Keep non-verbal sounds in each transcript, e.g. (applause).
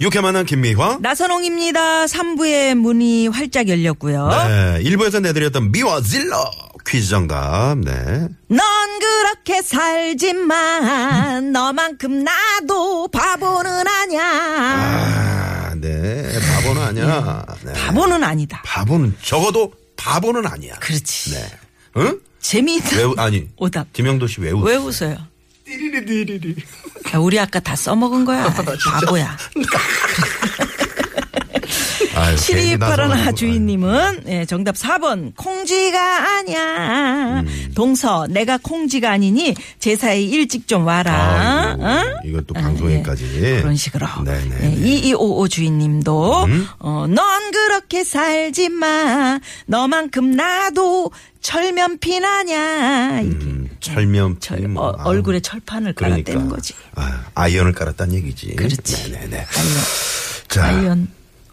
유쾌만한 김미화. 나선홍입니다. 3부의 문이 활짝 열렸고요. 네. 일부에서 내드렸던 미화 질러 퀴즈 정답. 네. 넌 그렇게 살지만 너만큼 나도 바보는 아냐. 아, 네. 바보는 아니야. 네. 바보는 아니다. 바보는 적어도 바보는 아니야. 그렇지. 네. 응? 재미있다. 왜, 우- 아니. 오답. 김영도 씨 왜 웃어? 왜 웃어요? 야, 우리 아까 다 써먹은 (laughs) 거야. 바보야. 아유, 괜히 시리파라나 나서가지고. 주인님은 예, 정답 4번 콩쥐가 아니야. 음. 동서 내가 콩쥐가 아니니 제사에 일찍 좀 와라. 아이고, 어? 이것도 아, 방송에까지. 예. 그런 식으로. 네네. 음. 예, 2255 주인님도 어, 넌 그렇게 살지 마. 너만큼 나도 철면 피나냐. 이게 음, 철면 예. 철, 뭐, 어, 아유, 얼굴에 철판을 깔아대는 그러니까. 거지. 아, 아이언을 깔았다는 얘기지. 그렇지. 네네네. 자. 네? 아이언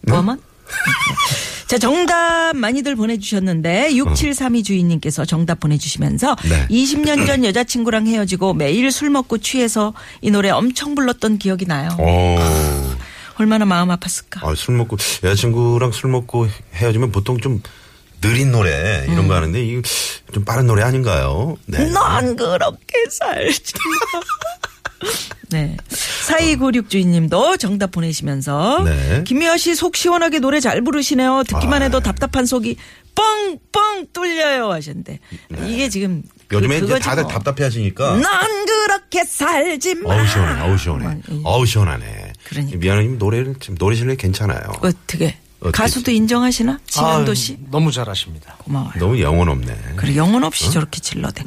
워먼? (laughs) 자, 정답 많이들 보내주셨는데, 6732 주인님께서 정답 보내주시면서, 어. 네. 20년 전 여자친구랑 헤어지고 매일 술 먹고 취해서 이 노래 엄청 불렀던 기억이 나요. 어. 오. 얼마나 마음 아팠을까. 아, 술 먹고 여자친구랑 술 먹고 헤어지면 보통 좀 느린 노래 이런 음. 거 하는데 이좀 빠른 노래 아닌가요? 네. 넌 그렇게 살지 마. (laughs) 네. 4296 주인님도 정답 보내시면서, 네. 김미아 씨 속 시원하게 노래 잘 부르시네요. 듣기만 해도 답답한 속이 뻥뻥 뚫려요. 하셨는데, 이게 지금. 그- 요즘에 이제 그거지 다들 뭐. 답답해하시니까 난 그렇게 살지 마. 어우 시원해, 어우 시원해, 어우 시원하네. 음, 그러니까. 미안해님 노래를 지금 노래 실력 괜찮아요. 어떻게 어떻게 가수도 인정하시나? 신현도 씨 아, 너무 잘하십니다. 고마워요. 너무 영혼 없네. 그래 영혼 어? 없이 저렇게 질러대.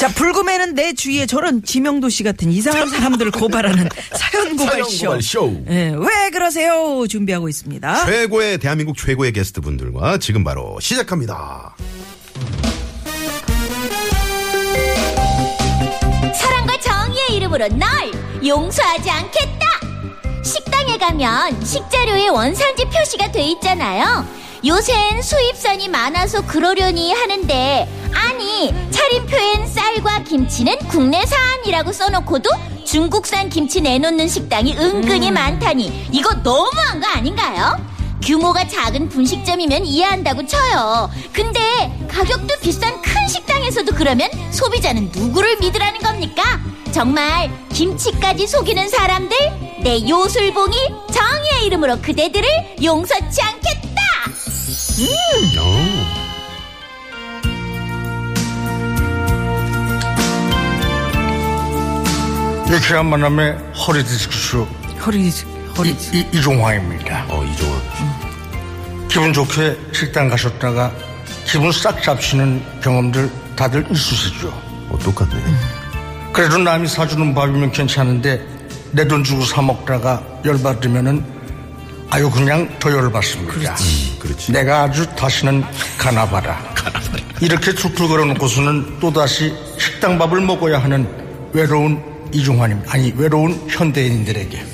자 불금에는 내 주위에 저런 지명도 씨 같은 이상한 사람들을 (laughs) 고발하는 사연 고발 쇼. 사연 고발 쇼. 예, 왜 그러세요? 준비하고 있습니다. 최고의 대한민국 최고의 게스트 분들과 지금 바로 시작합니다. 사랑과 정의의 이름으로 널 용서하지 않겠다. 식당에 가면 식재료에 원산지 표시가 돼 있잖아요. 요샌 수입선이 많아서 그러려니 하는데 아니 차림표엔 쌀과 김치는 국내산이라고 써놓고도 중국산 김치 내놓는 식당이 은근히 많다니 이거 너무한 거 아닌가요? 규모가 작은 분식점이면 이해한다고 쳐요. 근데 가격도 비싼 큰 식당에서도 그러면 소비자는 누구를 믿으라는 겁니까? 정말 김치까지 속이는 사람들 내 요술봉이 정의의 이름으로 그대들을 용서치 않겠다. 어. 유쾌한 네, 만남의 허리 디스크쇼 허리 허리 이, 이, 종화입니다 음. 어 이종아. 기분 좋게 식당 가셨다가 기분 싹 잡치는 경험들 다들 있으시죠? 어 똑같네. 음. 그래도 남이 사주는 밥이면 괜찮은데 내 돈 주고 사 먹다가 열받으면은 아유 그냥 더 열받습니다. 음, 그렇지. 내가 아주 다시는 가나봐라. 이렇게 툭툭거려 놓고서는 또다시 식당 밥을 먹어야 하는 외로운 이종환입니다. 아니 외로운 현대인들에게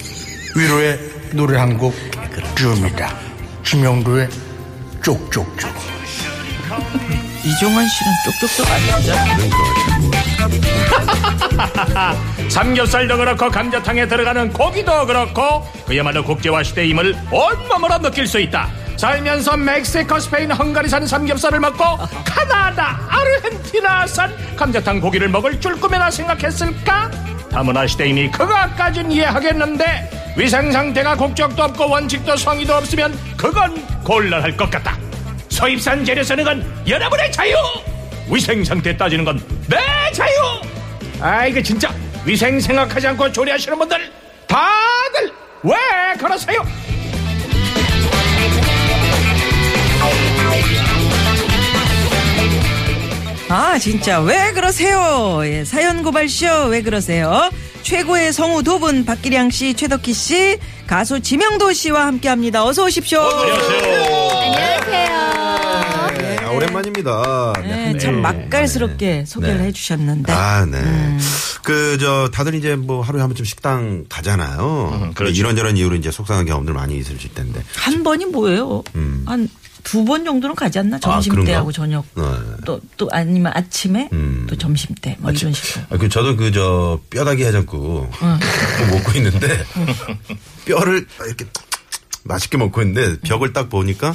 위로의 노래 한 곡 주입니다. 김영도의 쪽쪽쪽. 이종환 씨는 쪽쪽쪽 아니죠? (laughs) 삼겹살도 그렇고 감자탕에 들어가는 고기도 그렇고 그야말로 국제화 시대의 힘을 온몸으로 느낄 수 있다 살면서 멕시코, 스페인, 헝가리산 삼겹살을 먹고 카나다, 아르헨티나산 감자탕 고기를 먹을 줄 꿈에나 생각했을까? 다문화 시대이니 그것까진 이해하겠는데 위생 상태가 국적도 없고 원칙도 성의도 없으면 그건 곤란할 것 같다 소입산 재료 쓰는 건 여러분의 자유 위생 상태 따지는 건 내 자유 아 이거 진짜 위생 생각하지 않고 조리하시는 분들 다들 왜 그러세요? 아 진짜 왜 그러세요? 예, 사연 고발 쇼 왜 그러세요? 최고의 성우 두 분 박기량 씨, 최덕희 씨, 가수 지명도 씨와 함께합니다. 어서 오십시오. 안녕하세요. 네, 아, 오랜만입니다. 네. 네, 참 맛깔스럽게 소개를 네. 해주셨는데 아, 네. 음. 그, 저, 다들 이제 뭐 하루에 한 번쯤 식당 가잖아요. 그렇죠. 이런저런 이유로 이제 속상한 경험들 많이 있으실 텐데. 음. 한 번이 뭐예요? 한 두 번 정도는 가지 않나? 점심 때하고 그런가? 저녁 네. 또 또 아니면 아침에 음. 또 점심 때뭐 이런 식으로. 아, 그 저도 그 저 뼈다귀 해장국 먹고 있는데 뼈를 딱 이렇게 맛있게 먹고 있는데 벽을 딱 보니까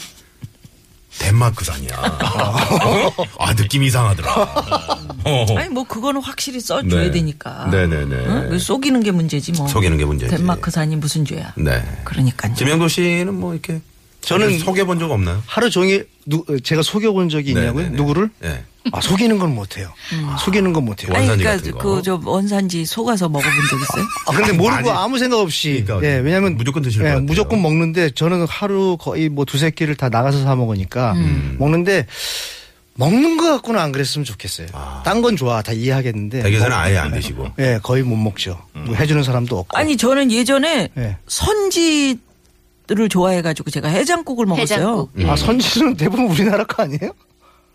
덴마크산이야. 아 느낌 이상하더라. 어. 아니 뭐 그거는 확실히 써줘야 네. 되니까. 네네네. 응? 왜 속이는 게 문제지 뭐. 속이는 게 문제지. 덴마크산이 무슨 죄야. 네. 그러니까요. 지명도 씨는 뭐 이렇게 저는 저는 소개 본 적 없나요? 하루 종일 누, 제가 속여본 적이 있냐고요? 네네네. 누구를? 네. 아, 속이는 건 못해요. 아, 속이는 건 못해요. 음. 아니 원산지 그러니까 같은 거. 그 저 원산지 속아서 먹어본 적 있어요? 아, 근데 모르고 아무 생각 없이. 그러니까 예, 왜냐면. 무조건 드실 것 예, 같아요. 무조건 먹는데 저는 하루 거의 뭐 두세 끼를 다 나가서 사 먹으니까 음. 먹는데 먹는 거 갖고는 안 그랬으면 좋겠어요. 딴 건 좋아. 다 이해하겠는데. 대게사는 먹- 아예 안 드시고. 음. 예, 거의 못 먹죠. 뭐 해주는 사람도 없고. 아니 저는 예전에 네. 선지를 좋아해가지고 제가 해장국을 먹었어요. 해장국. 아, 선지는 대부분 우리나라 거 아니에요?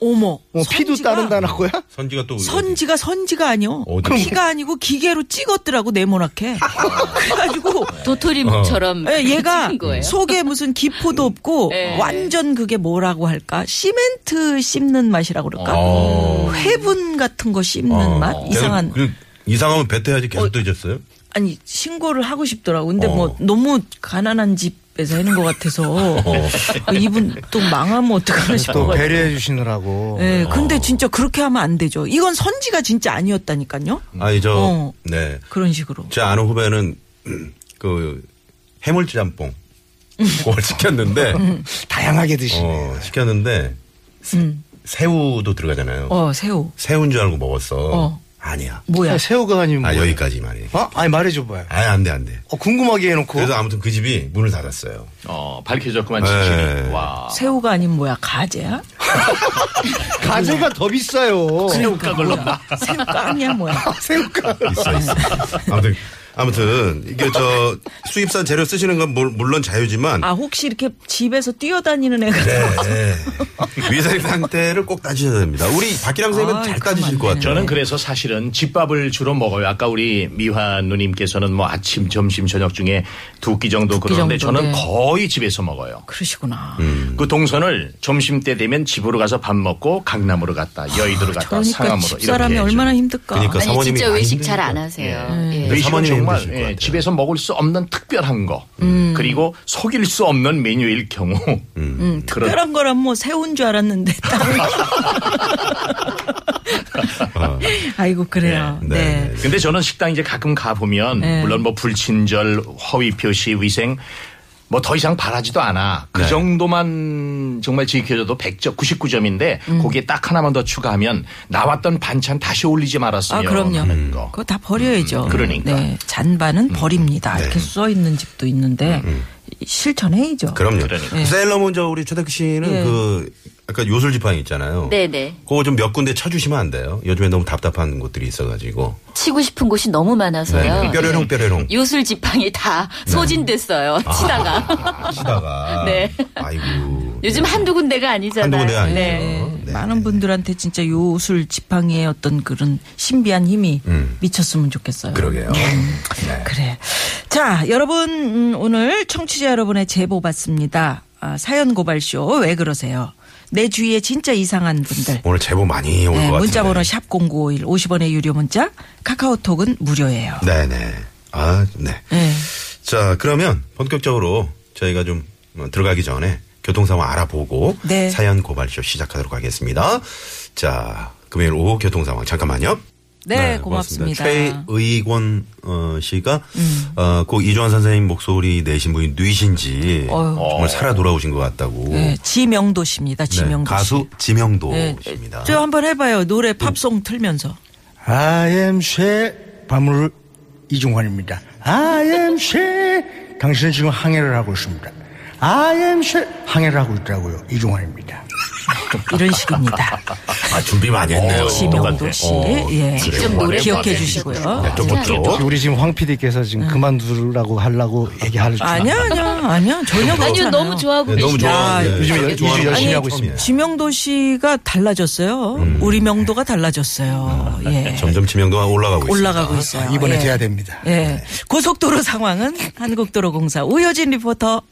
어머. 어, 피도 선지가- 다른 나라 거야? 선지가 또 선지가 선지가 아니요. 어디? 피가 아니고 기계로 찍었더라고 네모나게. (laughs) 그래가지고 도토리묵처럼 예, 얘가 찍은 거예요. 속에 무슨 기포도 (laughs) 없고 네. 완전 그게 뭐라고 할까? 시멘트 씹는 맛이라고 그럴까? 아. 어. 회분 같은 거 씹는 맛 이상한 그, 이상하면 뱉어야지 계속 드셨어요? 아니 신고를 하고 싶더라고. 근데 어. 뭐 너무 가난한 집에서 하는 것 같아서 그 이분 또 망하면 어떡하나 어. 또 싶어. 배려해 주시느라고. 어. 예, 근데 진짜 그렇게 하면 안 되죠. 이건 선지가 진짜 아니었다니까요. 아니 저 어. 네. 그런 식으로. 제 아는 후배는 (clears throat) 음, 그 해물치 짬뽕 그걸 시켰는데 다양하게 드시네. 어, 시켰는데 세- 새우도 들어가잖아요. 어, 새우. 새우인 줄 알고 먹었어. 어. 아니야. 뭐야? 아, 새우가 아니면 아 뭐예요? 여기까지 말이. 어? 아니 말해줘봐요. 아예 안돼 안돼. 어, 궁금하게 해놓고. 그래서 아무튼 그 집이 문을 닫았어요. 어, 밝혀졌구만, 네. 진실이. 와. 새우가 아닌 뭐야? 가재야? 가재가 더 비싸요. 새우가 걸렸나? 그러니까 새우가 아니야 뭐야? 새우가. 있어 있어. 아무튼 아무튼 이게 저 수입산 재료 쓰시는 건 물- 물론 자유지만 아 혹시 이렇게 집에서 뛰어다니는 애가 네. (laughs) 위생 상태를 꼭 따지셔야 됩니다. 우리 박기량 선생님은 아이, 잘 그럼 따지실 안 것 되네. 같아요. 저는 그래서 사실은 집밥을 주로 먹어요. 아까 우리 미화 누님께서는 뭐 아침, 점심, 저녁 중에 두 끼 정도 두끼 그러는데 정도, 저는 네. 거의 집에서 먹어요. 그러시구나. 그 동선을 점심 때 되면 집으로 가서 밥 먹고 강남으로 갔다, 여의도로 갔다, 그러니까 상암으로 아, 집사람이 이렇게 얼마나 힘들까. 그러니까 아니 사모님이 진짜 많이 외식 잘 안 힘드니까. 하세요. 해야죠. 예. 외식은 네. 사모님이 정말 힘드실 것 예, 같아요. 집에서 먹을 수 없는 특별한 거 음. 그리고 속일 수 없는 메뉴일 경우 그런 특별한 거란 뭐 새우인 줄 알았는데 땅이. 아이고 그래요. 네, 네. 네. 근데 저는 식당 이제 가끔 가 보면 네. 물론 뭐 불친절, 허위 표시, 위생 뭐 더 이상 바라지도 않아. 그 네. 정도만 정말 지켜줘도 100점, 99점인데 음. 거기에 딱 하나만 더 추가하면 나왔던 반찬 다시 올리지 아 말았으면 그럼요. 하는 거. 그거 다 버려야죠. 그러니까. 네. 잔반은 버립니다. 이렇게 써 있는 집도 있는데 실천해야죠. 그럼요. 그러니까. 그 셀러문 저 우리 최덕 씨는 예. 그 아까 요술 지팡이 있잖아요. 네네. 그거 좀 몇 군데 쳐주시면 안 돼요. 요즘에 너무 답답한 곳들이 있어가지고. 네. 치고 싶은 곳이 너무 많아서요. 뾰로롱 뾰로롱 요술 지팡이 다 네. 소진됐어요. 치다가. 치다가. 아. 네. 아. 아이고. 네. 요즘 한두 군데가 아니잖아요. 한두 군데가 아니죠. 네. 네. 많은 분들한테 진짜 요술 지팡이의 어떤 그런 신비한 힘이 미쳤으면 좋겠어요. 그러게요. 네. (laughs) 그래. 자, 여러분, 음, 오늘 청취자 여러분의 제보 받습니다. 아, 사연 고발쇼, 왜 그러세요? 내 주위에 진짜 이상한 분들. 오늘 제보 많이 올 것 네, 같은데. 문자번호 샵0951, 50원의 유료 문자, 카카오톡은 무료예요. 네네. 아 네. 네. 자 그러면 본격적으로 저희가 좀 어, 들어가기 전에 교통 상황 알아보고 네. 사연 고발쇼 시작하도록 하겠습니다. 자 금요일 오후 교통 상황 잠깐만요. 네, 고맙습니다. 음. 최의권 어, 씨가 어, 꼭 이주환 선생님 목소리 내신 분이 뉘신지 어휴. 정말 살아 돌아오신 것 같다고. 네, 지명도 씨입니다, 네, 지명도 가수 씨. 지명도 네, 씨입니다. 저 한번 해봐요. 노래 팝송 틀면서. I am 쉐 밤을 이중환입니다. I am 쉐 당신은 지금 항해를 하고 있습니다. I am 쉐 항해를 하고 있다고요. 이중환입니다. 이런 식입니다. 아, 준비 많이 했네요. 어, 지명도 씨, 예. 직접 노래 기억해 맞아. 주시고요. 어, 네, 또부터. 아, 우리 지금 황 PD께서 지금 그만두라고 하려고 얘기할 줄 네. 아니야, 아니야, 아니야. 전혀 그렇지 아니요, 않아요. 예. 너무 좋아하고 네, 너무 계시다. 좋아. 네. 요즘 여- 요즘 열심히 하고 있습니다. 지명도 씨가 달라졌어요. 음. 우리 명도가 달라졌어요. (laughs) 예. 점점 지명도가 올라가고 있습니다. 올라가고 있어요. 이번에 예. 돼야 됩니다. 네. 예. 고속도로 상황은 한국도로공사 우효진 리포터.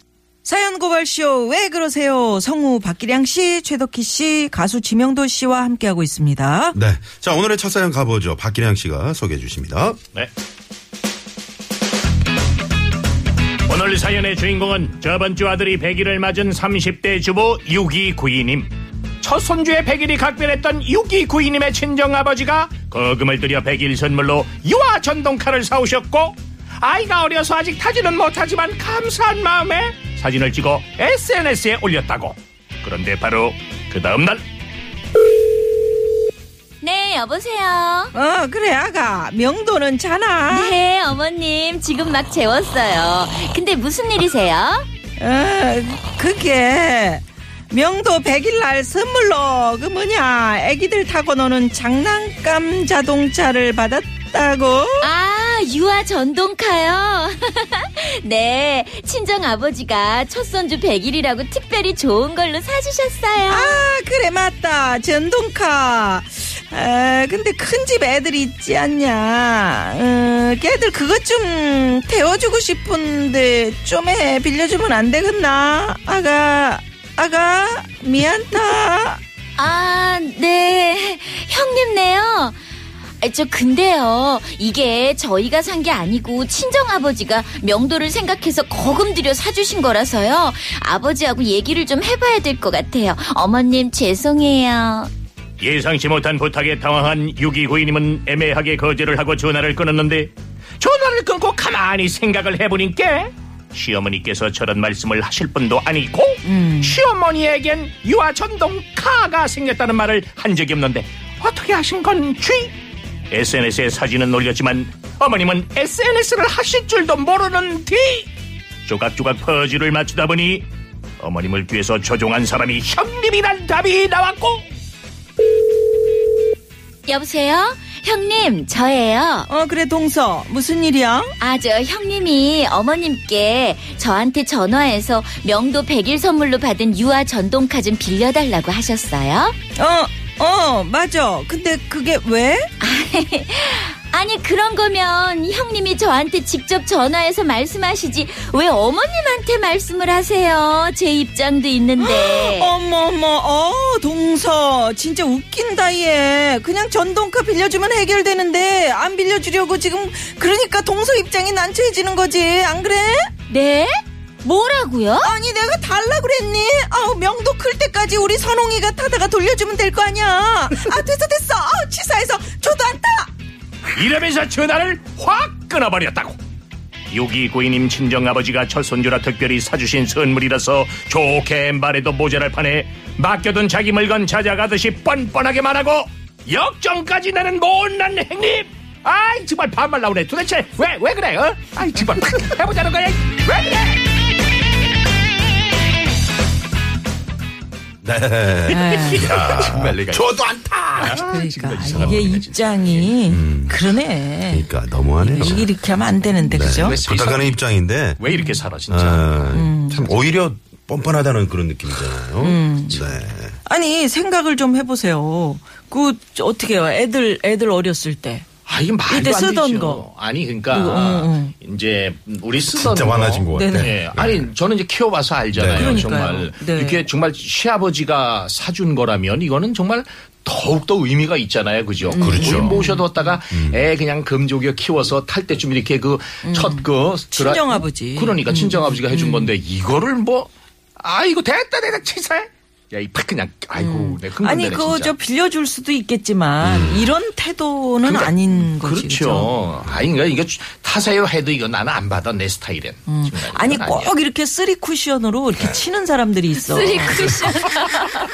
사연 고발쇼 왜 그러세요? 성우 박기량 씨, 최덕희 씨, 가수 지명도 씨와 함께하고 있습니다. 네. 자, 오늘의 첫 사연 가보죠. 박기량 씨가 소개해 주십니다. 네. 오늘 사연의 주인공은 저번 주 아들이 100일을 맞은 30대 주부 6292님. 첫 손주의 100일이 각별했던 6292님의 친정아버지가 거금을 들여 100일 선물로 유아 전동카를 사오셨고 아이가 어려서 아직 타지는 못하지만 감사한 마음에 사진을 찍어 SNS에 올렸다고. 그런데 바로 그 다음날 네, 여보세요. 어, 그래, 아가. 명도는 자나. 네, 어머님. 지금 막 재웠어요. 근데 무슨 일이세요? 어, 그게 명도 100일 날 선물로 그 뭐냐 애기들 타고 노는 장난감 자동차를 받았다고 아, 유아 전동카요? (laughs) 네, 친정 아버지가 첫 손주 100일이라고 특별히 좋은 걸로 사주셨어요. 아 그래 맞다 전동카 아, 근데 큰 집 애들 있지 않냐 어, 걔들 그것 좀 태워주고 싶은데 좀 해 빌려주면 안 되겠나 아가 아가 미안다 아, 네, 형님네요. 아, 저 근데요, 이게 저희가 산 게 아니고 친정 아버지가 명도를 생각해서 거금 들여 사주신 거라서요. 아버지하고 얘기를 좀 해봐야 될 것 같아요. 어머님 죄송해요. 예상치 못한 부탁에 당황한 6292님은 애매하게 거절을 하고 전화를 끊었는데 전화를 끊고 가만히 생각을 해보니까 시어머니께서 저런 말씀을 하실 분도 아니고 시어머니에겐 유아 전동 카가 생겼다는 말을 한 적이 없는데 어떻게 하신 건지 SNS에 사진은 올렸지만 어머님은 SNS를 하실 줄도 모르는 뒤 조각조각 퍼즐을 맞추다 보니 어머님을 뒤에서 조종한 사람이 형님이란 답이 나왔고 여보세요? 형님, 저예요. 어 그래 동서 무슨 일이야 아, 저 형님이 어머님께 저한테 전화해서 명도 100일 선물로 받은 유아 전동카 좀 빌려달라고 하셨어요? 어, 어, 맞아. 근데 그게 왜? (laughs) 아니, 그런 거면 형님이 저한테 직접 전화해서 말씀하시지 왜 어머님한테 말씀을 하세요? 제 입장도 있는데. (gasps) 어머, 어머, 어, 동서. 진짜 웃긴다, 얘. 그냥 전동카 빌려주면 해결되는데, 안 빌려주려고 지금, 그러니까 동서 입장이 난처해지는 거지. 안 그래? 네? 뭐라고요? 아니, 내가 달라 그랬니? 아우, 명도 클 때까지 우리 선홍이가 타다가 돌려주면 될 거 아니야. 아, 됐어, 됐어. 아우, 치사해서. 저도 안 타! 이러면서 전화를 확 끊어버렸다고. 요기 고인님 친정 아버지가 첫 손주라 특별히 사주신 선물이라서 좋게 말해도 모자랄 판에 맡겨둔 자기 물건 찾아가듯이 뻔뻔하게 말하고 역정까지 내는 못난 행님. 아이 정말 반말 나오네. 도대체 왜 왜 그래? 어? 아이 정말 해보자는 거야. 왜 그래? 네. 야, 정말 내가 저도 안 타! 그러니까, 이게 입장이, 그러네. 그러니까 너무하네요. 네. 이렇게 하면 안 되는데, 그죠? 부탁하는 입장인데, 왜 이렇게 살아 어, 진짜. 음. 참 오히려 뻔뻔하다는 그런 느낌이잖아요. 음. 네. 어? 아니 생각을 좀 해보세요. 그 어떻게요? 애들 애들 어렸을 때. 아 이게 말도 이때 안 쓰던 되죠. 거. 아니 그러니까 그거, 어, 응, 이제 우리 쓰던 진짜 거. 많아진 것 같아. 네네. 예. 아니 저는 이제 키워봐서 네. 알잖아요. 그러니까요. 정말 네. 이게 정말 시아버지가 사준 거라면 이거는 정말 더욱더 의미가 있잖아요. 그죠? 그렇죠. 음. 우리 모셔뒀다가 애 그냥 금조기에 키워서 탈 때쯤 이렇게 그 첫 그 드라- 음. 친정아버지. 음. 그러니까 친정아버지가 해준 건데 이거를 뭐 아이고 됐다 내가 치사해. 야 이 팍 그냥 아이고 내가 흥분되네 음. 아니 그거 진짜. 음. 저 빌려줄 수도 있겠지만 이런 태도는 그러니까 아닌 거지. 그죠? 그렇죠. 아니, 그러니까 이게 주- 타세요 해도 이거 나는 안 받아, 내 스타일엔. 정말 이건 아니 꼭 아니야. 네. 이렇게 쓰리 쿠션으로 이렇게 치는 사람들이 있어. 쓰리 쿠션.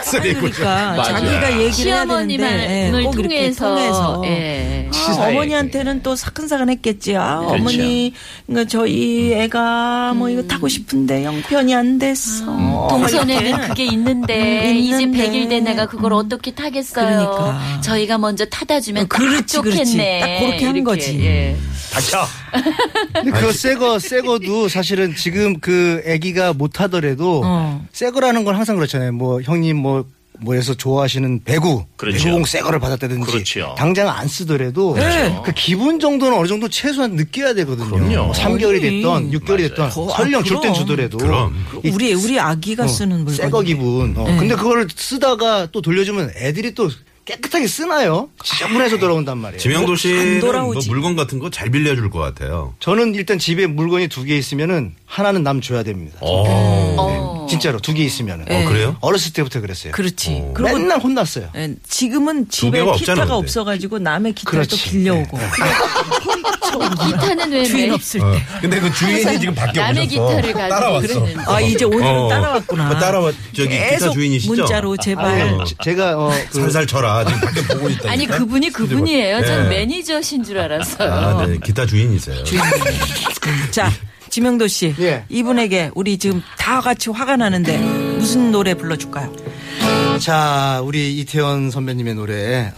쓰리 쿠션. 그러니까 맞아. 자기가 얘기를 해야 되는데 예, 시어머님을 꼭 이렇게 통해서, 통해서. 예. 아, 어머니한테는 또 사근사근했겠지. 아, 그렇죠. 음. 어머니, 그러니까 음. 저희 애가 뭐 이거 타고 싶은데 형편이 안 됐어. 그러니까. 동선에는 음. 아, 그게 있는데 음, 이제 있는데. 음. 100일 된 애가 그걸 어떻게 타겠어요. 그러니까. 저희가 먼저 타다 주면 어, 그렇지, 딱 그렇지. 좋겠네. 딱 그렇게 한 이렇게, 거지. 예. 닥쳐. 근데 그 새거 새거도 사실은 지금 그 아기가 못 하더라도 어. 새거라는 건 항상 그렇잖아요. 뭐 형님 뭐 뭐에서 좋아하시는 배구, 그렇죠. 배구공 새거를 받았다든지 그렇죠. 당장 안 쓰더라도 네. 그 기분 정도는 어느 정도 최소한 느껴야 되거든요. 그럼요. 뭐 3개월이 됐던 6개월이 됐던 거- 아, 설령 줄 땐 그럼. 주더라도 그럼. 이 우리 우리 아기가 쓰는 물건. 새거 기분. 네. 어, 근데 그거를 쓰다가 또 돌려주면 애들이 또 깨끗하게 쓰나요? 지저분해서 돌아온단 네. 말이에요. 지명도 씨는 뭐 돌아오지. 물건 같은 거 잘 빌려줄 것 같아요. 저는 일단 집에 물건이 두 개 있으면은 하나는 남 줘야 됩니다. 네, 어, 어. 진짜로 두 개 있으면은. 어, 그래요? 어렸을 때부터 그랬어요. 그렇지. 어. 그리고 맨날 혼났어요. 예, 지금은 집에 기타가 개가 없잖아, 근데. 네. 없어가지고 남의 기타를 또 그렇지. 빌려오고 (laughs) 기타는 왜 주인 매- 네? 없을 어. 때. 근데 그 주인이 지금 밖에 남의 오셔서 기타를 가지고 따라왔어. 그러는데. 아 이제 오늘은 어. 따라왔구나. 어, 따라와 저기 기타 계속 주인이시죠? 아, 문자로 제발. 네, 제가 어, 그 살살 쳐라. 지금 밖에 보고 있다. 아니 그분이 그분이에요. 전 그러니까, 네. 매니저신 줄 알았어요. 아, 네. 그, 기타 주인이세요. 자 지명도 씨 예. 이분에게 우리 지금 다 같이 화가 나는데 무슨 노래 불러줄까요? 자, 우리 이태원 선배님의 노래.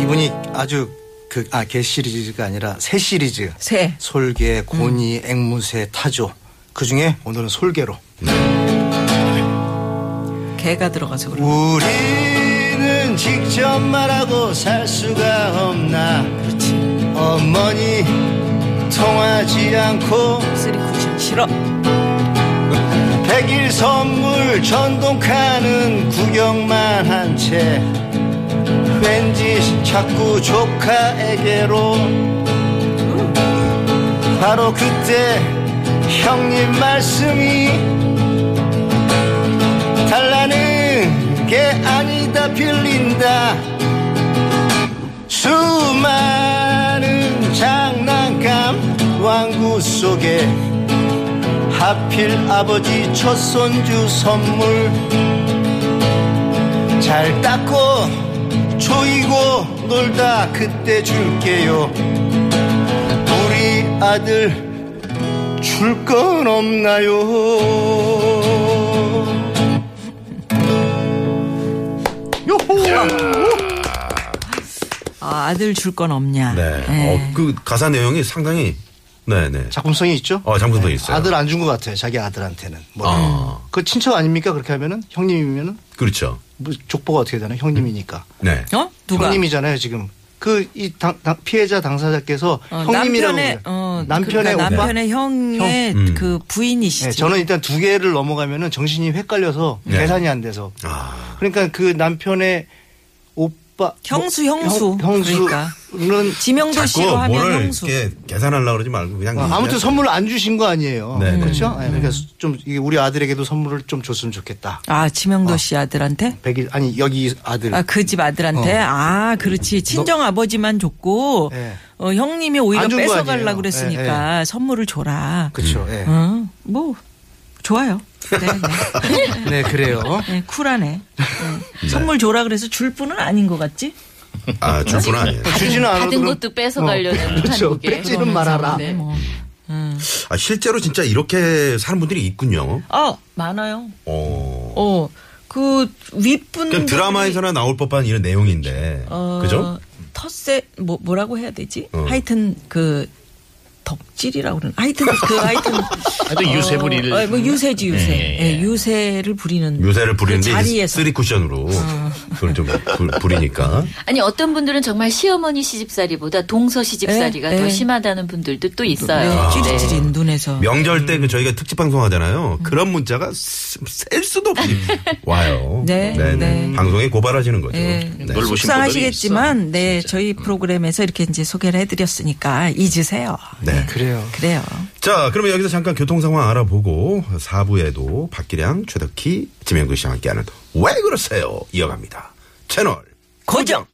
이분이 아주 그, 아, 개 시리즈가 아니라 새 시리즈. 새. 음. 솔개, 고니, 앵무새, 타조. 그 중에 오늘은 솔개로. 개가 들어가서 그래. 우리는 직접 말하고 살 수가 없나. 어머니, 통하지 않고. 쓰리 쿠션 싫어. 백일 선물 전동카는 구경만 한 채 왠지 자꾸 조카에게로 음. 바로 그때 형님 말씀이 달라는 게 아니다 빌린다 수많은 장난감 왕구 속에 하필 아버지 첫 손주 선물 잘 닦고 조이고 놀다 그때 줄게요 우리 아들 줄 건 없나요 아, 아들 줄 건 없냐. 네. 예. 어, 그 가사 내용이 상당히 네, 네. 작품성이 있죠? 네. 어, 작품성이 있어요. 아들 안 준 것 같아요 자기 아들한테는 뭐. 아. 그 친척 아닙니까 그렇게 하면은 형님이면은 네. 그렇죠. 뭐 족보가 어떻게 되나 형님이니까 네. 어? 누가? 형님이잖아요 지금. 그 이 피해자 당사자께서 어, 형님이라고 남편의 그래요. 어, 남편의 그러니까 오빠. 남편의 형의 형. 음. 그 부인이시죠. 네, 저는 일단 두 개를 넘어가면은 정신이 헷갈려서 네. 계산이 안 돼서. 아. 그러니까 그 남편의 오빠 뭐, 형수, 형수. 형수는 그러니까. 지명도 씨로 자꾸 하면 뭐를 형수. 이렇게 계산하려고 그러지 말고 그냥 아, 무튼 선물 안 주신 거 아니에요. 네, 네. 그렇죠? 네, 그러니까 음. 좀 이게 우리 아들에게도 선물을 좀 줬으면 좋겠다. 아 지명도 씨 아들한테? 백일 아니 여기 아들. 어. 아, 그 집 아들한테? 아, 그렇지. 친정 아버지만 줬고, 네. 어, 형님이 오히려 안준거 뺏어가려고 아니에요. 예, 그랬으니까 선물을 줘라. 그렇죠. 음. 네. 어, 뭐, 좋아요. 네, 네. 네, 그래요. 네, 쿨하네. 네. 선물 줘라 그래서 줄 뿐은 아닌 것 같지? 아, 줄뿐 아니에요. 주지는 않아도 받은 그럼- 것도 뺏어가려는 그렇죠. 한국에. 뺏지는 말아라. 네. 뭐. 아, 실제로 진짜 이렇게 사는 분들이 있군요. 어, 많아요. 어. 어, 그 윗분. 어, 그냥 그러니까 드라마에서나 나올 법한 이런 내용인데. 그죠? 텃세, 뭐, 뭐라고 해야 되지? 어. 하여튼 그 덕질이라고 그러는. 하여튼 그 하여튼. 하여튼 유세 부리를. 어, 뭐 유세지, 유세. 예, 예, 예. 예, 유세를 부리는. 요새를 그 부리는데 이제 자리에서. 어. 쓰리 쿠션으로 그걸 좀 부, 부리니까. 아니 어떤 분들은 정말 시어머니 시집살이보다 동서 시집살이가 네, 더 네. 심하다는 예, 분들도 또 있어요. 아. 네, 네. 찌릿찌릿 눈에서. 명절 음. 때 그 저희가 특집 방송하잖아요. 그런 문자가 스- 셀 수도 어, 없이 와요. 네, 네. 방송에 고발하시는 거죠. 예. 네. 놀부- 보신 속상하시겠지만, 네, 저희 프로그램에서 이렇게 이제 소개를 해드렸으니까 잊으세요. 네. 그래요. 그래요. 자, 그러면 여기서 잠깐 교통 상황 알아보고 4부에도 박기량, 최덕희, 지명구 씨와 함께하는 왜 그러세요? 이어갑니다. 채널 고정!